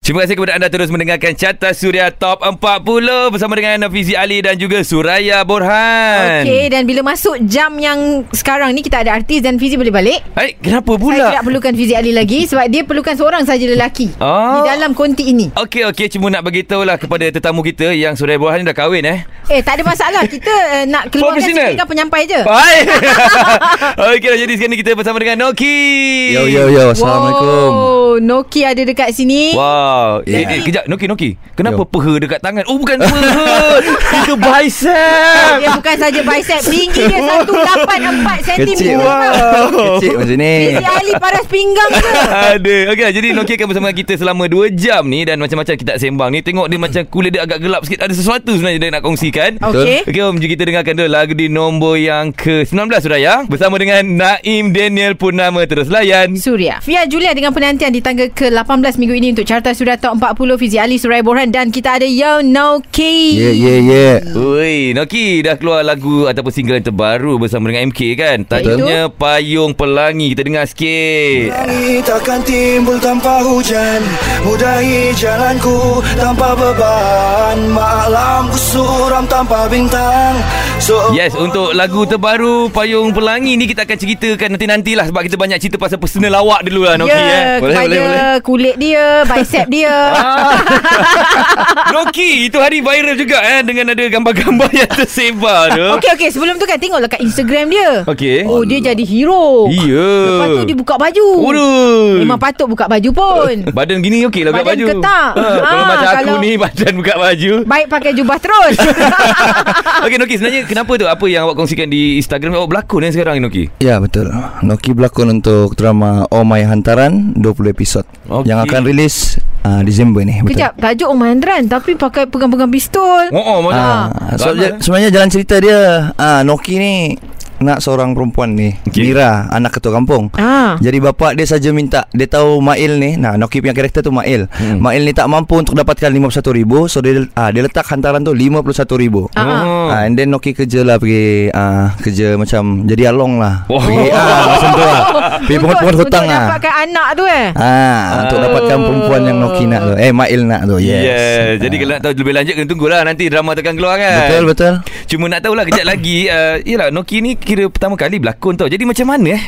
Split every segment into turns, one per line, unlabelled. Terima kasih kepada anda terus mendengarkan Carta Suria Top 40 bersama dengan Fizi Ali dan juga Suraya Borhan.
Okey dan bila masuk jam yang sekarang ni kita ada artis dan Fizi boleh balik.
Hai, kenapa
Saya
pula?
tidak perlukan Fizi Ali lagi sebab dia perlukan seorang saja lelaki
Ah.
di dalam konti ini.
Okey okey cuma nak beritahu lah kepada tetamu kita yang Suraya Borhan ni dah kahwin eh.
Eh tak ada masalah kita uh, nak keluarkan
Profesional.
cerita penyampai je.
Hai. okey dah jadi sekarang ni kita bersama dengan Noki.
Yo yo yo, assalamualaikum.
Wow, Noki ada dekat sini.
Wow yeah. eh, eh,
Yeah.
Kejap Noki Noki Kenapa
Yo.
peha dekat tangan Oh bukan peha Itu bicep
Eh, Dia bukan saja bicep Tinggi dia 184
Kecil. Eh.
cm
Wow. Kecil macam ni.
Fizi Ali paras pinggang ke
Ada Okey jadi Noki akan bersama kita Selama 2 jam ni Dan macam-macam kita nak sembang ni Tengok dia macam kulit dia agak gelap sikit Ada sesuatu sebenarnya Dia nak kongsikan
Okey
Okey Om jom kita dengarkan dulu Lagu di nombor yang ke-19 Suraya Bersama dengan Naim Daniel Purnama Terus layan
Suria Fia Julia dengan penantian di tangga ke-18 minggu ini Untuk carta Suria Top 40 Fizi Ali Surai Borhan Dan kita ada Yo Noki
Yeah yeah yeah.
Ui, Noki dah keluar lagu ataupun single yang terbaru bersama dengan MK kan? Tajuknya Payung Pelangi. Kita dengar sikit.
Langit takkan timbul tanpa hujan Mudahi jalanku tanpa beban Malam ku suram tanpa bintang so,
Yes, untuk lagu terbaru Payung Pelangi ni kita akan ceritakan nanti-nantilah sebab kita banyak cerita pasal personal awak dulu lah Noki
ya,
eh.
Boleh,
kepada
boleh, boleh.
kulit dia, bicep dia.
Ah. Noki, itu hari viral juga eh dengan ada gambar-gambar yang tersebar tu.
Okey okey, sebelum tu kan tengoklah kat Instagram dia.
Okey.
Oh, dia jadi hero.
Iya.
Lepas tu dia buka baju.
Waduh.
Memang patut buka baju pun.
Badan gini okey lah buka
Badan
baju.
ketak.
Ha, kalau
Ah,
macam aku
kalau-
ni badan buka baju.
Baik pakai jubah terus. Ah.
Okey Noki, sebenarnya kenapa tu apa yang awak kongsikan di Instagram awak berlakon eh sekarang ni, Noki?
Ya betul. Noki berlakon untuk drama Oh My Hantaran 20 episod
Okey.
yang akan rilis uh, Disember ni. Betul.
Kejap, tajuk Omar Handran tapi pakai pegang-pegang pistol.
Oh, oh macam.
Ah, so,
Ramai.
ja- sebenarnya jalan cerita dia ah, Noki ni nak seorang perempuan ni
Okey.
Mira anak ketua kampung
Ah.
Jadi bapak dia saja minta Dia tahu Mail ni Nah Noki punya karakter tu Mail
Hmm.
Mail ni tak mampu untuk dapatkan 51,000 So dia, ah, dia letak hantaran tu
Ah, ah.
51,000
Oh.
Ah, and then Noki kerja lah pergi ah, kerja macam jadi along lah.
Oh.
Pergi ah, macam tu lah. Pergi pungut-pungut hutang
untuk
lah.
dapatkan anak tu eh.
Ah, untuk dapatkan perempuan yang Noki nak tu. Eh, Mail nak tu. Yes.
Yeah. Jadi
Ah.
kalau nak tahu lebih lanjut kena tunggulah nanti drama tu akan keluar kan.
Betul betul.
Cuma nak tahulah kejap lagi uh, Yelah Noki ni kira pertama kali berlakon tau Jadi macam mana eh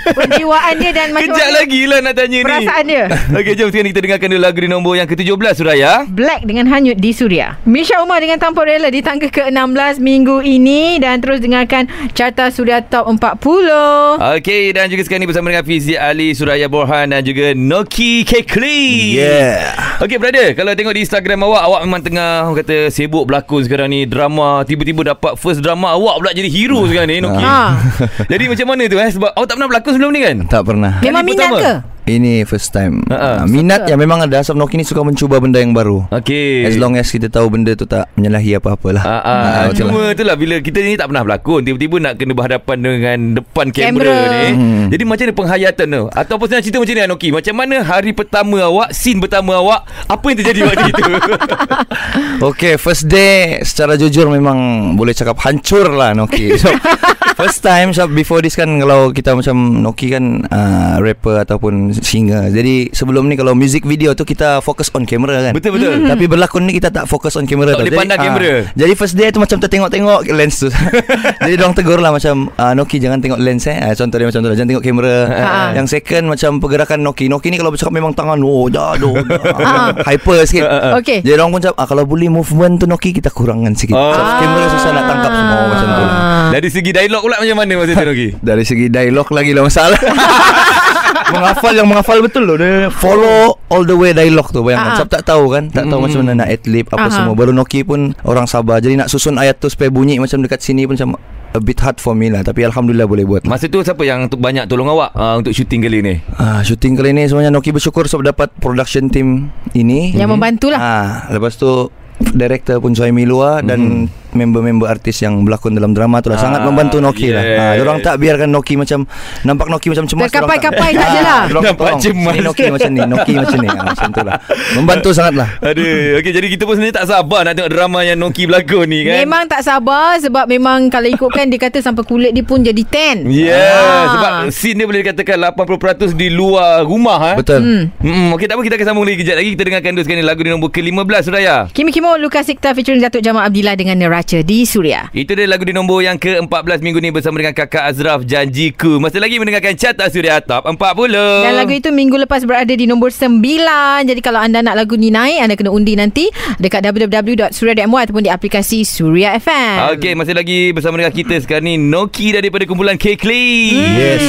Penjiwaan dia dan macam
Kejap
mana
lagi lah nak tanya ni
perasaan dia.
Okey jom sekarang kita dengarkan dulu lagu di nombor yang ke-17 Suraya
Black dengan Hanyut di Suria. Misha Umar dengan Tanpa Rela di tangga ke-16 minggu ini dan terus dengarkan carta Suria Top
Ah,
40.
Okey dan juga sekarang ni bersama dengan Fizi Ali Suraya Borhan dan juga Noki Kekli
Yeah.
Okey brother Kalau tengok di Instagram awak Awak memang tengah Orang kata sibuk berlakon sekarang ni Drama Tiba-tiba dapat first drama Awak pula jadi hero sekarang ni Noki
Ha.
Jadi macam mana tu eh Sebab awak tak pernah berlakon sebelum ni kan
Tak pernah.
Memang
Kali
minat
pertama.
ke?
Ini first time.
Ha, ha.
Ah, minat ya memang ada sebab Noki ni suka mencuba benda yang baru.
Okey
As long as kita tahu benda tu tak menyalahi apa-apalah.
Ah, ah, ah,
betul lah.
cuma tu lah bila kita ni tak pernah berlakon tiba-tiba nak kena berhadapan dengan depan kamera,
Kamera.
ni.
Hmm.
Jadi macam mana penghayatan tu? Ataupun senang cerita macam ni Anoki. Macam mana hari pertama awak, scene pertama awak, apa yang terjadi waktu itu?
Okay first day Secara jujur memang Boleh cakap hancur lah Noki so, First time so Before this kan Kalau kita macam Noki kan uh, Rapper ataupun singer Jadi sebelum ni Kalau music video tu Kita fokus on camera kan
Betul, betul.
Tapi berlakon ni Kita tak fokus on camera
Tak
tau.
boleh pandang
ah,
kamera.
Jadi first day tu macam tertengok-tengok Lens tu Jadi diorang tegur lah macam uh, Noki jangan tengok lens eh Ah, Contoh dia macam tu lah Jangan tengok kamera
Ah.
Yang second macam pergerakan Noki Noki ni kalau bercakap memang tangan Oh dah dah,
Ah.
dah. Hyper
Ha,
sikit
Okey.
jadi orang pun cakap ah, Kalau boleh movement tu Noki Kita kurangan sikit
Ah.
oh. so, Kamera susah nak tangkap semua Macam tu lah
Dari segi dialog pula macam mana masa tu Anoki?
Dari segi dialog lagi lah masalah Menghafal yang menghafal betul loh dia Follow all the way dialog tu
Ah.
Bayangkan Sebab tak tahu kan Tak tahu
Mm.
macam mana nak adlib Apa
Aha.
semua Baru Noki pun Orang sabar Jadi nak susun ayat tu Supaya bunyi macam dekat sini pun Macam a bit hard for me lah Tapi Alhamdulillah boleh buat
Masa tu siapa yang tu, banyak tolong awak uh, untuk syuting kali ni?
Ah, shooting
Hmm.
kali ni sebenarnya Noki bersyukur sebab dapat production team ini. Mhm.
Yang membantulah.
Ah, lepas tu director pun Suhaimi Lua dan member-member artis yang berlakon dalam drama tu lah sangat
Mhm. Ah,
membantu Noki lah.
yes.
Ha, orang tak biarkan Noki macam nampak Noki macam cemas. dorang
Terkapai-kapai tak
Ah,
je lah.
dorang
Nampak
tolong.
cemas.
Ni Noki macam ni, Noki macam ni. Ha, macam tu lah. Membantu sangat lah.
Aduh, okey jadi kita pun sendiri tak sabar nak tengok drama yang Noki berlakon ni kan.
Memang tak sabar sebab memang kalau ikutkan dia kata sampai kulit dia pun jadi
Ya,
tan. Ah.
yeah, sebab scene dia boleh dikatakan 80% di luar rumah eh.
Betul.
Hmm, okey tak apa kita akan sambung lagi kejap lagi kita dengarkan dulu sekali lagu di nombor ke-15 Suraya.
Kimi Kimo, Lukas Sikta featuring Datuk Jamal Abdillah dengan Neraca di Suria.
Itu dia lagu di nombor yang ke-14 minggu ni bersama dengan kakak Azraf Janjiku. Masih lagi mendengarkan Carta Suria Top 40.
Dan
Ah.
lagu itu minggu lepas berada di nombor 9. Jadi kalau anda nak lagu ni naik, anda kena undi nanti dekat www.suria.my ataupun di aplikasi Suria FM.
Okey, masih lagi bersama dengan kita sekarang ni Noki daripada kumpulan Kekli.
Hmm.
Yes.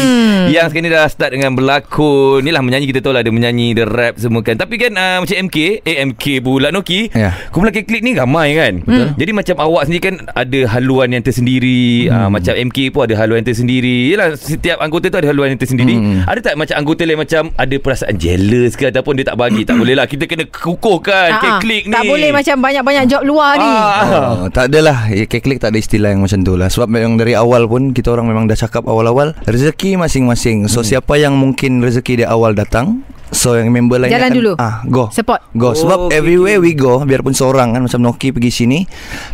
Yang sekarang ni dah start dengan berlakon. Inilah menyanyi kita tahu lah dia menyanyi, dia rap semua kan. Tapi kan uh, macam MK, AMK pula Noki.
Ya.
Kumpulan Kekli ni ramai kan.
Hmm.
Betul. Jadi macam awak sendiri kan ada haluan yang tersendiri. Hmm. Uh, macam MK pun ada haluan yang tersendiri. Yalah setiap anggota tu ada haluan yang tersendiri. Hmm. Ada tak macam anggota lain macam ada perasaan jealous ke ataupun dia tak bagi. tak boleh lah. Kita kena kukuhkan
Ah, ah.
Kekli Kan, ni.
Tak boleh macam banyak-banyak job luar ni.
Ah.
Oh, tak adalah Keklik tak ada istilah yang macam tu lah Sebab memang dari awal pun Kita orang memang dah cakap awal-awal Rezeki masing-masing So hmm. siapa yang mungkin rezeki dia awal datang So yang member lain
Jalan
akan,
dulu.
ah, Go
Support.
Go
Oh,
Sebab
okay,
everywhere we go Biarpun seorang kan Macam Noki pergi sini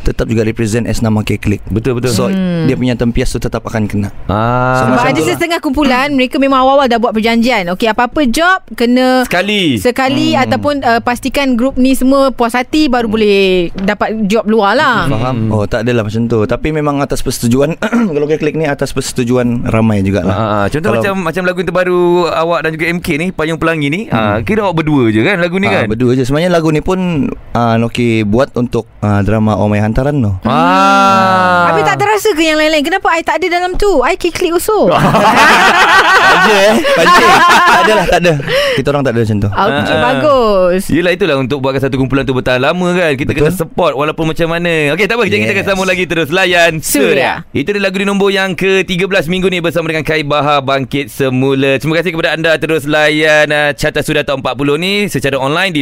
Tetap juga represent as nama Keklik
Betul betul.
So hmm. dia punya tempias tu tetap akan kena
Ah.
Sebab
Macam
ada
tu lah.
setengah kumpulan mereka memang awal-awal dah buat perjanjian. Okey, apa-apa job kena
Sekali.
sekali hmm. ataupun uh, pastikan grup ni semua puas hati baru boleh dapat job luar lah.
Faham? Hmm. Oh tak adalah macam tu Tapi memang atas persetujuan Kalau Keklik ni atas persetujuan Ramai juga lah
Ah, ah, contoh
Kalau-
macam macam lagu yang terbaru awak dan juga MK ni Payung Pelangi ni. Ah, kira awak berdua je kan lagu ni
Hmm. Ah,
kan?
Berdua je Sebenarnya lagu ni pun uh, Noki buat untuk uh, Drama Oh My Hantaran tu
Ah.
Hmm. Habis tak terasa ke yang lain-lain? Kenapa I tak ada dalam tu? I kiklik also. Ah,
Tak ada eh Pancing Tak ada lah tak ada Kita orang tak ada macam tu
Okey,
Ah.
bagus.
Yelah itulah untuk buatkan satu kumpulan tu bertahan lama kan Kita Betul?
Betul.
kena support walaupun macam mana Okey tak apa yes. kita akan
Yes.
sambung lagi terus Layan
Suria.
Itu dia lagu di nombor yang ke-13 minggu ni Bersama dengan Kai Bahar Bangkit Semula Terima kasih kepada anda terus layan uh, Carta Sudah Top 40 ni Secara online di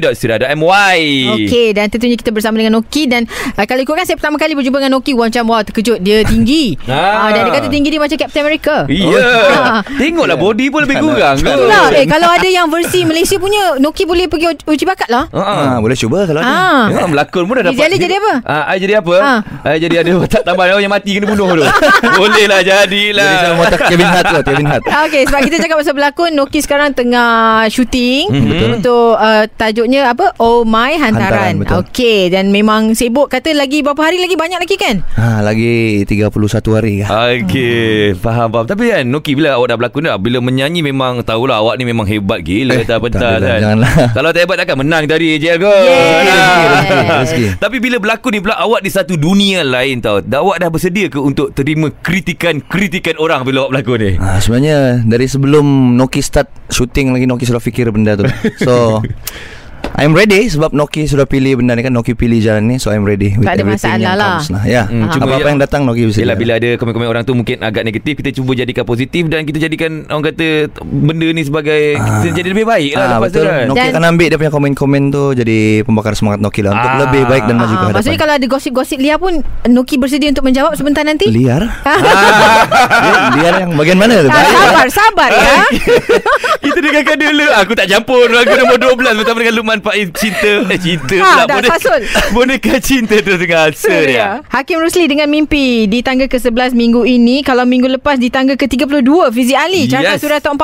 www.sudah.my
Okey dan tentunya kita bersama dengan Noki dan uh, kalau ikutkan saya pertama kali berjumpa dengan Noki wah, macam wah terkejut dia tinggi.
Ah.
ah. dan dia kata tinggi dia macam Captain America.
Ya
Ah.
yeah. Tengoklah body pun lebih kurang
lah.
kot.
Itulah eh kalau ada yang versi Malaysia punya Noki boleh pergi uji- uji bakat lah.
Ha.
ah.
Ah.
Boleh cuba kalau ada
Ah.
Ya, melakon pun dah dapat.
Jadi- jadi apa?
Ah, I jadi apa?
Ah.
I jadi ada tak tambah orang yang mati kena bunuh tu. Boleh lah jadilah.
Jadi sama otak Kevin Hart tu Kevin Hart
Okey sebab kita cakap pasal berlakon Noki sekarang tengah syuting
Mhm.
mm-hmm. untuk uh, tajuknya apa Oh My
Hantaran,
Hantaran.
betul.
Okey dan memang sibuk kata lagi berapa hari lagi banyak lagi kan?
ha, Lagi 31 hari kah
Okey, faham faham. Tapi kan Noki bila awak dah berlakon dah, bila menyanyi memang tahulah awak ni memang hebat gila
Eh,
eh, tak
tak
pentas
adalah,
kan.
janganlah.
Kalau tak hebat takkan menang tadi AJL ke.
Rezeki,
Ah.
rezeki, rezeki.
Tapi bila berlakon ni pula awak di satu dunia lain tau. Dah awak dah bersedia ke untuk terima kritikan-kritikan orang bila awak berlakon ni?
Ah, sebenarnya dari sebelum Noki start shooting lagi Noki sudah fikir benda tu. So I'm ready sebab Noki sudah pilih benda ni kan Noki pilih jalan ni so I'm ready with
Tak ada
everything
masalah
yang
lah.
comes lah. Ya.
Hmm, cuma
Apa-apa
ya-
yang datang Noki bisa.
Yelah
jalan.
bila ada komen-komen orang tu mungkin agak negatif Kita cuba jadikan positif Dan kita jadikan orang kata Benda ni sebagai
Ah.
Kita jadi lebih baik lah
Ah,
lepas
betul.
tu kan
Noki
Dan-
akan ambil dia punya komen-komen tu jadi pembakar semangat Noki lah untuk
Ah.
lebih baik dan maju ke
Ah,
hadapan.
maksudnya kalau ada gosip-gosip liar pun Noki bersedia untuk menjawab sebentar nanti?
liar. Dia liar yang bagian mana tu?
Ah, sabar, sabar ya.
Kita dengarkan dulu Aku tak campur Lagu nombor 12 Bersama dengan Luqman Faiz Cinta Eh cinta
Ha,
pula
dah
boneka,
fasul. ya.
boneka cinta terus dengan Surya
Suria. Hakim Rusli dengan mimpi di tangga ke-11 minggu ini. Kalau minggu lepas di tangga ke-32 Fizi Ali. Carta
Yes.
Suria Top 40.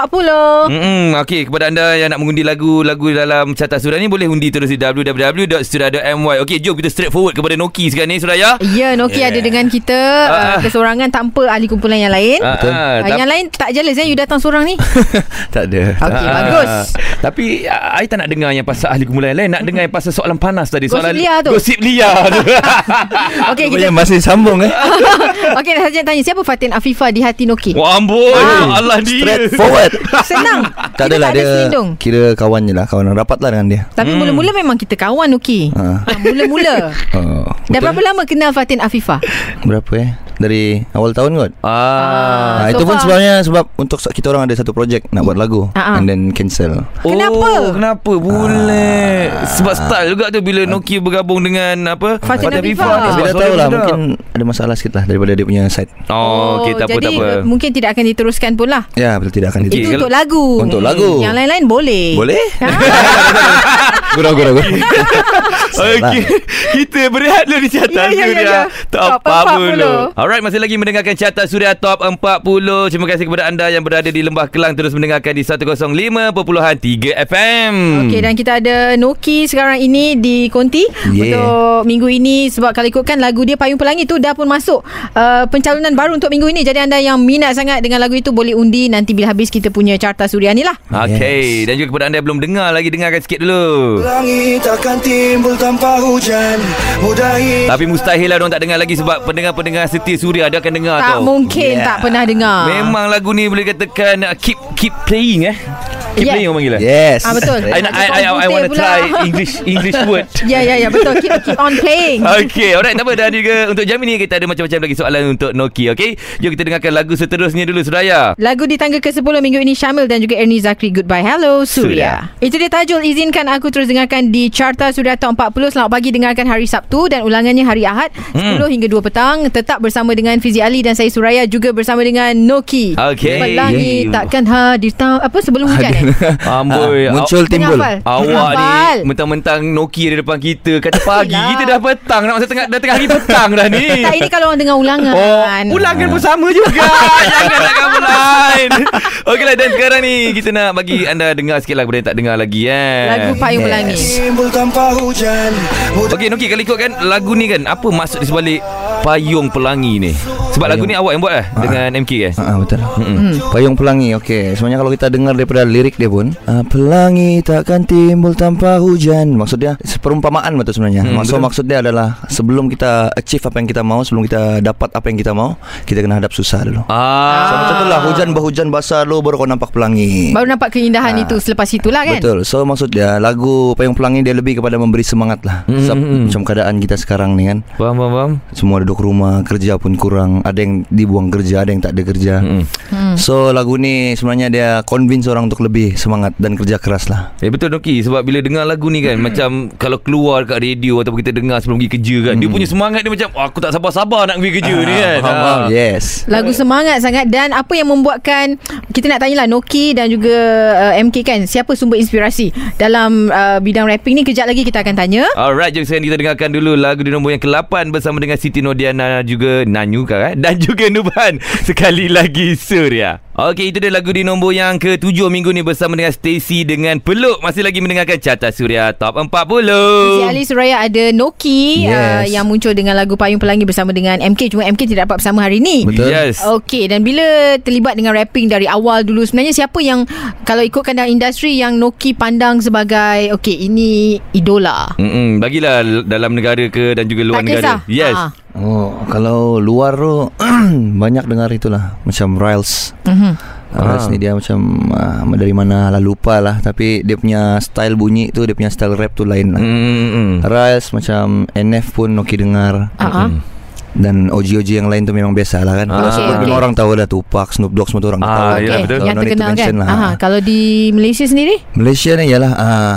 Mm-mm, okay, kepada anda yang nak mengundi lagu-lagu dalam carta Surya ni Boleh undi terus di www.surya.my Okay, jom kita straight forward kepada Noki sekarang ni Surya
Ya, Noki
Yeah.
ada dengan kita uh,
Ah.
kesorangan tanpa ahli kumpulan yang lain.
Ah,
Betul.
ah,
Uh,
tapi-
yang lain tak jealous ya you datang seorang ni.
tak ada.
Okey,
Ah,
bagus.
Tapi ah, I tak nak dengar yang pasal ahli kumpulan yang lain, nak dengar yang pasal soalan panas tadi,
Gosip
soalan
liar tu.
Gosip liar tu.
Okey,
Rupanya
kita
masih sambung eh.
Okey, dah saja tanya siapa Fatin Afifa di hati Noki?
Wah amboi,
Ah.
Allah dia.
Straight forward.
Senang.
tak adalah
tak ada
dia
selindung.
kira kawan je lah kawan rapat lah dengan dia.
Tapi
Hmm.
mula-mula memang kita kawan Noki.
Ah.
Ah, mula-mula.
Oh,
Dah berapa lama kenal Fatin Afifa?
Berapa eh? dari awal tahun kot.
Ah.
Ah,
so
itu pun
far-
sebenarnya sebab untuk sa- kita orang ada satu projek nak buat lagu
Ah, ah.
and then cancel.
Kenapa? Ah.
Oh, kenapa? Boleh. Sebab style juga tu bila Nokia bergabung dengan apa?
Fatin Afifah.
ni,
Ah,
Tapi
sebab
dah
suara
tahu lah
dia sedap.
mungkin ada masalah sikit lah daripada dia punya side.
Oh, okay, tak apa,
jadi
tak apa.
eh, mungkin tidak akan diteruskan pun lah.
Ya betul tidak akan
Okey,
Itu Eh. Ah.
itu.
kalau-
untuk lagu.
Untuk lagu.
Yang lain-lain boleh.
Boleh? Gurau gurau gurau.
Okey. Kita berehat dulu di Carta
lah. Ya, ya, ya,
Suria
ya.
Top
Top 40.
40. Alright, masih lagi mendengarkan Carta Suria Top 40. Terima kasih kepada anda yang berada di Lembah Kelang terus mendengarkan di 105.3 FM.
Hmm.
Okey dan kita ada Noki sekarang ini di Konti
Yeah.
untuk minggu ini sebab kalau ikutkan lagu dia Payung Pelangi tu dah pun masuk uh, pencalonan baru untuk minggu ini jadi anda yang minat sangat dengan lagu itu boleh undi nanti bila habis kita punya carta suria ni lah.
Okey,
Yes.
dan juga kepada anda yang belum dengar lagi dengarkan sikit dulu.
Langit takkan timbul tanpa hujan Mudahi
Tapi mustahil lah orang tak dengar lagi sebab pendengar-pendengar setia Suria dia akan dengar
tak
tau.
mungkin
Yeah.
tak pernah dengar.
Memang lagu ni boleh katakan uh, keep keep playing eh. Keep
Yeah.
playing orang panggil eh?
Yes.
Ah, betul.
I, I, I, I, I want to
Putih pula.
try English English word.
Ya ya ya betul keep, keep on playing.
Okay, alright. Tak apa. Dan juga untuk jam ini kita ada macam-macam lagi soalan untuk Noki, okay? Jom kita dengarkan lagu seterusnya dulu, Suraya.
Lagu di tangga ke-10 minggu ini Syamil dan juga Ernie Zakri Goodbye Hello Suria. Itu dia tajul izinkan aku terus dengarkan di Carta Suria Top 40 selamat pagi dengarkan hari Sabtu dan ulangannya hari Ahad 10 hingga 2 petang tetap bersama dengan Fizi Ali dan saya Suraya juga bersama dengan Noki.
Okey.
Pelangi takkan hadir ta- apa sebelum hujan eh.
Amboi.
Ah, muncul
Tengah
timbul.
hafal.
Awak ni
Hafal.
mentang-mentang Noki ada depan kita Kata pagi
Yelah.
kita dah petang Nak masa tengah, dah tengah hari petang dah ni
Tak kan. ini kalau orang dengar ulangan.
Oh, ulangan pun sama juga Jangan nak kamu lain Okeylah dan sekarang ni Kita nak bagi anda dengar sikit lah Benda yang tak dengar lagi eh
Lagu Payung
Yes.
Pelangi.
Timbul tanpa hujan Mudahi
Okey Noki kalau ikut kan lagu ni kan apa maksud di sebalik payung pelangi ni? Sebab lagu ni awak yang buat eh dengan MK eh.
Ah ah, betul. Mm-mm. Payung Pelangi. Okey, sebenarnya kalau kita dengar daripada lirik dia pun, ah, pelangi takkan timbul tanpa hujan. Maksud dia perumpamaan betul sebenarnya.
Hmm,
maksud
betul.
maksud dia adalah sebelum kita achieve apa yang kita mau, sebelum kita dapat apa yang kita mau, kita kena hadap susah dulu. So,
Ah.
macam tu lah hujan berhujan basah dulu baru kau nampak pelangi.
Baru nampak keindahan itu selepas itulah kan.
Betul. So maksud dia lagu Payung Pelangi dia lebih kepada memberi semangat lah.
Hmm,
Sebab
hmm, hmm.
macam keadaan kita sekarang ni kan.
Faham faham faham.
Semua duduk rumah, kerja pun kurang. Ada yang dibuang kerja, ada yang tak ada kerja.
Hmm.
So lagu ni sebenarnya dia convince orang untuk lebih semangat dan kerja keras lah.
Eh betul Noki sebab bila dengar lagu ni kan macam kalau keluar kat radio ataupun kita dengar sebelum pergi kerja kan dia punya semangat dia macam "Wah, aku tak sabar-sabar nak pergi kerja ni kan.
Hmm. Ah, Faham, faham. Yes.
Lagu semangat sangat dan apa yang membuatkan kita nak tanyalah Noki dan juga uh, MK kan siapa sumber inspirasi dalam uh, bidang rapping ni kejap lagi kita akan tanya.
Alright, jom sekarang kita dengarkan dulu lagu di nombor yang ke-8 bersama dengan Siti Nodiana juga Nanyu kan eh? dan juga Nuban sekali lagi Surya. Okey, itu dia lagu di nombor yang ke-7 minggu ni bersama dengan Stacy dengan Peluk masih lagi mendengarkan Carta Surya Top 40. Oh.
Si Ali Suraya ada Noki uh,
Yes.
yang muncul dengan lagu Payung Pelangi bersama dengan MK cuma MK tidak dapat bersama hari ni.
Betul.
Yes.
Okey dan bila terlibat dengan rapping dari awal dulu sebenarnya siapa yang kalau ikutkan dalam industri yang Noki pandang sebagai okey ini idola.
Mm-mm, bagilah l- dalam negara ke dan juga luar
Tak
negara.
kisah.
Yes.
Ha.
Oh, kalau luar tu banyak dengar itulah macam Riles.
Mhm.
Riles
Ah.
ni dia macam ah, dari mana lah lupa lah tapi dia punya style bunyi tu dia punya style rap tu lain lah.
Mm-mm.
Riles macam NF pun Noki dengar
Ha.
dan OG-OG yang lain tu memang biasa lah kan. Kalau
Ah.
sebelum
Okey,
ni
okey.
orang tahu dah Tupac, Snoop Dogg semua tu orang dah
Ah,
tahu.
yelah,
lah.
Okey,
betul.
So,
yang
no need to
terkenal kan.
mention lah.
Aha, kalau di Malaysia sendiri?
Malaysia ni ialah uh,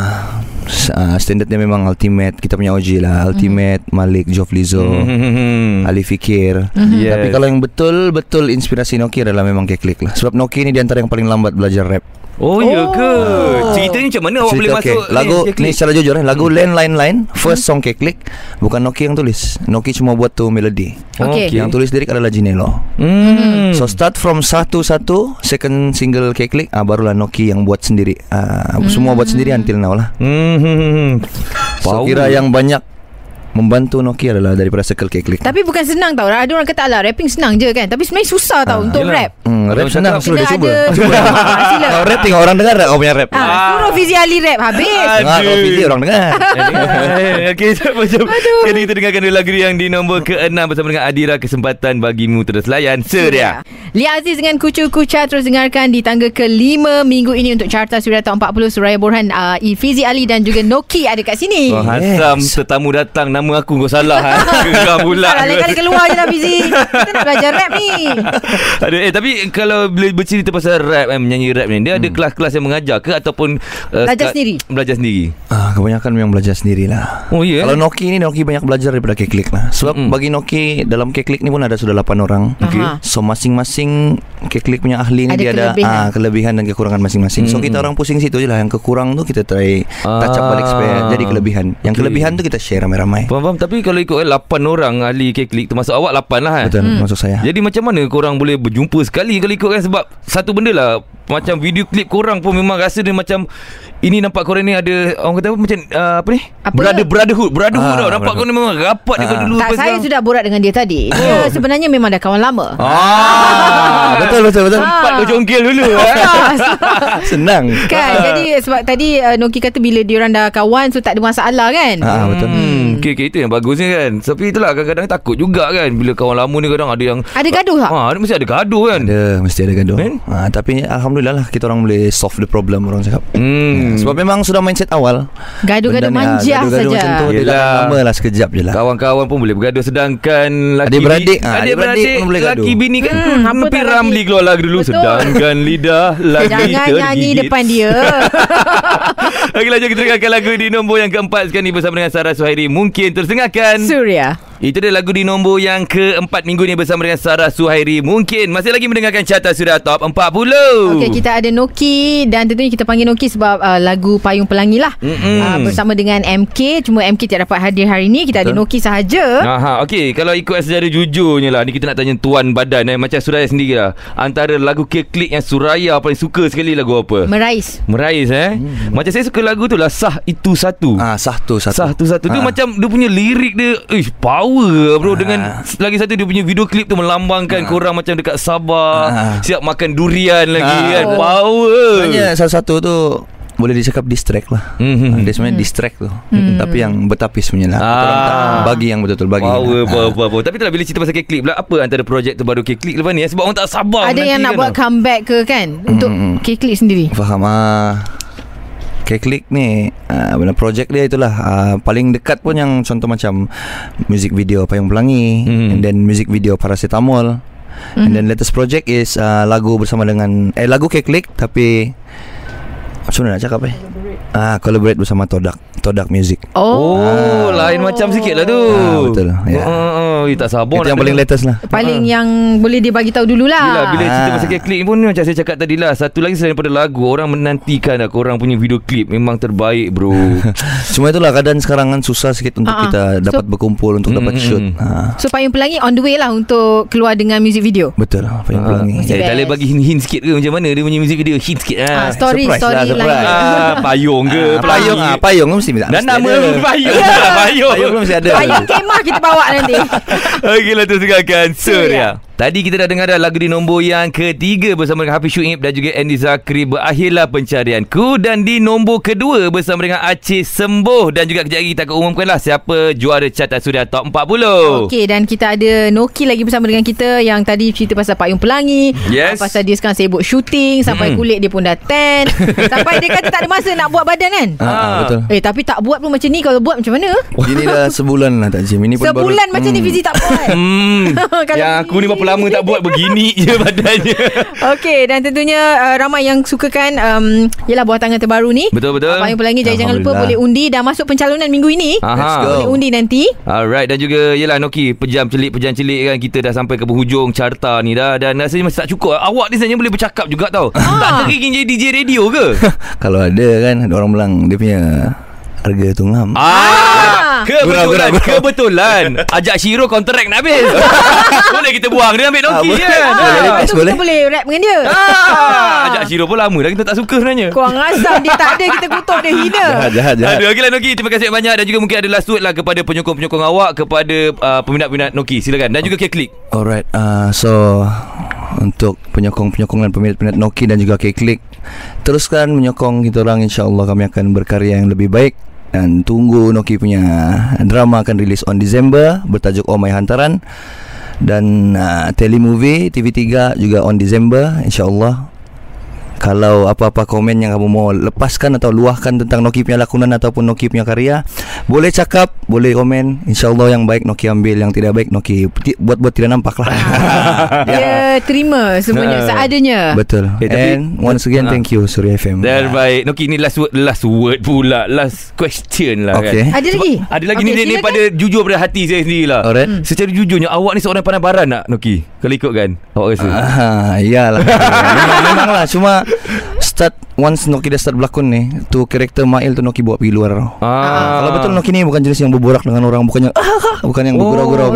uh, standardnya memang ultimate kita punya OG
Mhm.
lah ultimate Malik Jov Lizzo
Mm-mm.
Ali Fikir
Mhm. Yes.
tapi kalau yang betul betul inspirasi Noki adalah memang keklik lah sebab Noki ni di antara yang paling lambat belajar rap
Oh, ya ke?
Oh.
Ceritanya macam mana awak
Cerita
boleh
okey.
masuk Mhm.
lagu
ni?
ni secara jujur eh lagu Landline Line
Mhm.
first song keklik bukan Noki yang tulis Noki cuma buat tu melody
Okey.
Okey.
yang Hmm. tulis lirik adalah Jinelo
Mm.
So start from satu-satu Second single Keklik ah, Barulah Noki yang buat sendiri ah, Semua buat sendiri until now lah
Mm-hmm.
So
Power.
kira yang banyak membantu Nokia adalah daripada circle keklik.
Tapi bukan senang tau Ada orang kata lah Rapping senang je kan Tapi sebenarnya susah tau Untuk
yelah.
rap
Hmm, rap
Kalau
senang
cakap-
suruh dia
Kena
cuba. Ah.
ada-
Cuba.
Ah, sila.
Kau rap tengok orang dengar tak kau punya rap?
ha, Suruh Fizi Ali rap Habis
Dengar kau
Aduh.
video orang dengar.
Okey, jom macam Jadi kita dengarkan dulu lagu yang di nombor ke-6 bersama dengan Adira kesempatan bagimu terus layan Seria.
Lia Aziz dengan Kucu Kucha Terus dengarkan Di tangga kelima Minggu ini Untuk Carta Suria ah, Top 40 Suraya Borhan uh, Fizi Ali dan juga Noki Ada kat sini
Oh,
Yes.
Hasam tetamu datang 16 nama aku kau salah ha? Geram pula
Salah lain kali keluar je lah busy Kita nak belajar rap ni
Ada eh tapi kalau bila bercerita pasal rap eh, menyanyi rap ni dia
Hmm.
ada kelas-kelas yang mengajar ke ataupun uh, setakat-
Belajar sendiri?
Belajar sendiri.
Ah, kebanyakan memang belajar sendirilah.
Oh, ya, Hmm. eh?
Kalau Noki ni Noki banyak belajar daripada Keklik lah. Sebab
Mm-mm.
bagi Noki dalam Keklik ni pun ada sudah 8 orang.
Okey. Aha.
So masing-masing Keklik punya ahli ni
Ada
dia
kelebihan.
ada ah, kelebihan dan kekurangan masing-masing. So
Mm-mm.
kita orang pusing situ je lah. Yang kekurang tu kita try touch up balik
Ah.
supaya jadi kelebihan. Yang
Okey.
kelebihan tu kita share ramai-ramai.
Faham faham tapi kalau ikut 8 orang ahli klik termasuk awak 8 lah kan.
Betul
Hmm.
maksud saya.
Jadi macam mana korang boleh berjumpa sekali kalau ikut kan sebab satu benda lah macam video klip korang pun memang rasa dia macam ini nampak korang ni ada orang kata apa macam uh, apa ni?
Apa?
Brother brotherhood, brotherhood
Ah,
tau. Nampak
brotherhood.
korang ni memang rapat dekat
Ah.
dulu
Tak
sampai
saya
sekarang.
sudah borak dengan dia tadi
Oh.
Dia sebenarnya memang dah kawan lama
Ah,
betul betul betul.
Ah.
Empat kau jongkil dulu eh.
Senang.
Kan Jadi sebab tadi uh, Noki kata Bila diorang dah kawan So tak ada masalah kan
Ah betul.
Hmm, okay, okay, itu yang bagusnya kan Tapi itulah kadang-kadang takut juga kan Bila kawan lama ni kadang ada yang
Ada gaduh tak?
ha, Mesti ada gaduh kan
Ada mesti ada gaduh.
Then?
Ah, tapi alhamdulillah lah kita orang boleh solve the problem orang cakap.
Hmm.
Hmm. Sebab memang sudah mindset awal.
Gaduh-gaduh
Benda ni, ah,
manja
gaduh-gaduh
saja.
macam tu dia
Yelah.
tak lama lah sekejap je lah.
Kawan-kawan pun boleh bergaduh Sedangkan laki
Adik-beradik, ah, adik-beradik
Adik-beradik
pun boleh gaduh.
Laki bini kan
Hmm, apa
hmm, Lebih
tak
ramli
lagi.
keluar lagu dulu
Betul.
Sedangkan lidah Lagi
Jangan
tergigit
nyanyi depan dia
Okey lah jom kita dengarkan lagu di nombor yang keempat Sekarang ni bersama dengan Sarah Suhairi Mungkin tersengahkan
Surya
Itu dia lagu di nombor yang keempat minggu ni Bersama dengan Sarah Suhairi Mungkin Masih lagi mendengarkan carta sudah top 40
Okey kita ada Noki dan tentunya kita panggil Noki sebab uh, lagu Payung Pelangi lah
Mm-mm.
uh, bersama dengan MK cuma MK tidak dapat hadir hari ni kita ada
Betul.
Noki sahaja.
Aha, okey kalau ikut secara jujurnya lah ni kita nak tanya tuan badan eh macam Suraya sendiri lah. Antara lagu Keklik yang Suraya paling suka sekali lagu apa?
Merais.
Merais eh. Hmm. Macam saya suka lagu tu lah Sah Itu Satu.
Ah, sah tu satu.
Sah tu satu Dia
Ah.
macam Dia punya lirik dia Ish power bro Dengan Lagi satu dia punya video klip tu Melambangkan korang macam dekat Sabah
Ah.
Siap makan durian lagi
Ah.
kan Power
Sebenarnya satu-satu tu boleh dicakap distract lah.
Mhm.
Mm-hmm. Dia
Hmm.
sebenarnya distract tu. Tapi yang bertapis punya lah.
Ah.
Kita orang tak Bagi yang betul-betul bagi.
Power
lah.
apa apa apa. Tapi itulah bila cerita pasal Keklik pula apa antara projek terbaru Keklik lepas ni eh? sebab orang tak sabar
ada yang
menantikan
nak buat
tau.
comeback ke kan untuk
Mm-mm.
K-Click sendiri.
Ah, Faham ah. Keklik ni uh, Benda projek dia itulah uh, Paling dekat pun yang Contoh macam Music video Payung Pelangi
Mhm.
And then music video Paracetamol And
Hmm.
then latest project is uh, Lagu bersama dengan Eh lagu Keklik Tapi Macam mana nak cakap eh Ah, Collaborate bersama Todak Todak Music
Oh,
Oh, lain macam sikit lah tu.
Ah, betul. Ya.
Oh, oh, oh, eh, tak sabar.
Itu
nak
yang paling
dengar.
latest lah
paling yang boleh dia bagi tahu dululah.
Yelah, bila cerita
Ah.
pasal klik pun ni macam saya cakap tadi lah. Satu lagi selain daripada lagu, orang menantikan lah korang punya video klip. Memang terbaik bro. Ah.
Cuma itulah keadaan sekarang kan susah sikit untuk
Ah, ah.
kita dapat berkumpul untuk dapat
Mm, mm,
shoot.
mm.
Ha,
So Payung Pelangi on the way lah untuk keluar dengan music video.
betul lah apa yang
Ah,
pulang ni.
Mesti
eh, tak boleh
best.
bagi hint-hint sikit ke macam mana dia punya music video? Hint sikit
Ah,
lah.
story
surprise
story
lah, surprise.
lain.
Ah, payung ke?
Ah, payung ah, payung kan mesti
Dan nama pun payung. Payung.
Payung pun mesti ada.
Payung kemah kita bawa nanti.
Okey lah terdengarkan Surya. Tadi kita dah dengar dah lagu di nombor yang ketiga bersama dengan Hafiz Shuib dan juga Andy Zakri berakhirlah pencarianku dan di nombor kedua bersama dengan Aceh Sembuh dan juga kejap lagi kita akan umumkan lah siapa juara carta suria top 40.
Okey dan kita ada Noki lagi bersama dengan kita yang tadi cerita pasal payung pelangi,
Yes.
Ah, pasal dia sekarang sibuk syuting sampai
Mm-mm.
kulit dia pun dah tan, sampai dia kata tak ada masa nak buat badan kan.
Ah, ah, betul.
Eh tapi tak buat pun macam ni kalau buat macam mana?
Ini dah sebulan lah tak Jim. Ini pun baru Hmm.
Sebulan macam ni Fizi tak buat.
Hmm.
Kalau
yang aku ni berapa lama tak buat begini je badannya.
Okey dan tentunya uh, ramai yang sukakan um, Yelah buah tangan terbaru ni
Betul betul.
Payung pelangi jadi jangan lupa boleh
Alhamdulillah.
undi Dah masuk pencalonan minggu ini
Aha.
go.
Boleh undi nanti
Alright dan juga Yelah Noki Pejam celik Pejam celik kan Kita dah sampai ke penghujung Carta ni dah Dan rasanya masih tak cukup Awak ni sebenarnya boleh bercakap juga tau
Ah.
Tak teringin jadi DJ radio ke?
Kalau ada kan ada orang bilang dia punya harga tu ngam.
Ah,
Ah.
kebetulan,
Gurau, gurau, gurau.
kebetulan. Ajak Shiro kontrak nak habis. Boleh kita buang dia ambil Noki je.
Ah, boleh.
kan?
Boleh,
Ah.
lepas
best,
tu
boleh.
Kita boleh rap dengan dia
Ah, ajak Shiro pun lama dah kita tak suka sebenarnya.
Korang asam dia tak ada Kita kutuk dia hina
Jahat jahat jahat.
Aduh, okeylah Noki Terima kasih banyak Dan juga mungkin ada last word lah Kepada penyokong-penyokong awak Kepada uh, peminat-peminat Noki Silakan Dan juga K-Click
Alright, uh, so untuk penyokong-penyokong dan peminat-peminat Noki dan juga K-Click Teruskan menyokong kita orang InsyaAllah kami akan berkarya yang lebih baik Dan tunggu Noki punya drama akan rilis on December Bertajuk Oh My Hantaran ah, Dan uh, telemovie TV3 juga on December InsyaAllah Kalau apa-apa komen yang kamu mau lepaskan atau luahkan tentang Noki punya lakonan ataupun Noki punya karya, boleh cakap, boleh komen. InsyaAllah yang baik Noki ambil, yang tidak baik Noki ti- buat-buat tidak nampak lah.
Dia terima semuanya
Ah.
seadanya.
Betul.
Eh, tapi-
And once again,
Ah.
thank you Surya FM.
Dan baik Noki ni last word Last word pula Last question lah
Okay.
kan
Ada lagi?
Ada lagi
Okey,
okay, ni, ni
silakan.
pada Jujur pada hati saya sendiri lah
Alright.
Hmm. Secara jujurnya Awak ni seorang pandai baran tak Noki Kalau ikut kan Awak rasa
Ah, iyalah. memang, memang lah. Cuma start once Noki dah start berlakon ni, tu karakter Mail tu Noki buat pergi luar. tau.
Ah.
Kalau betul Noki ni bukan jenis yang berborak dengan orang, bukannya bukan yang bergurau-gurau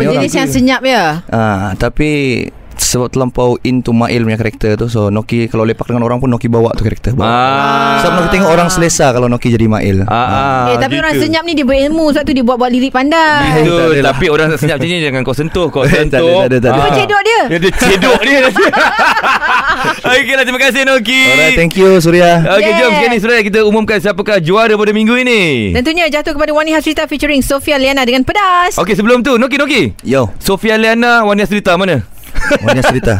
Oh,
punya orang.
jenis yang senyap ya.
Ah, tapi sebab terlampau into Mail punya karakter tu, so Noki kalau lepak dengan orang pun Noki bawa tu karakter. Bawa.
Ah.
Sebab Noki tengok orang selesa kalau Noki jadi Mail.
Ah,
eh, tapi
gitu.
orang senyap ni dia berilmu sebab tu dia buat-buat lirik pandai.
Betul
Gitu. Tak ada
Tapi orang senyap macam ni Jangan kau sentuh Kau
Eh, tak ada,
sentuh Ah.
tak ada, tak ada.
Kau cedok dia.
Dia ada cedok dia Okeylah terima kasih Noki
Alright, thank you Surya.
Okey
Yeah.
jom sekarang ni Suraya kita umumkan Siapakah juara pada minggu ini
Tentunya jatuh kepada Wani Hasrita featuring Sofia Liana dengan pedas.
Okey sebelum tu Noki Noki
Yo,
Sofia Liana Wani Asrita mana
mana
Ah.
cerita?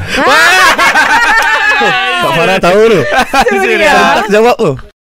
Pak Farah tahu tu.
Suria.
Tak jawab tu.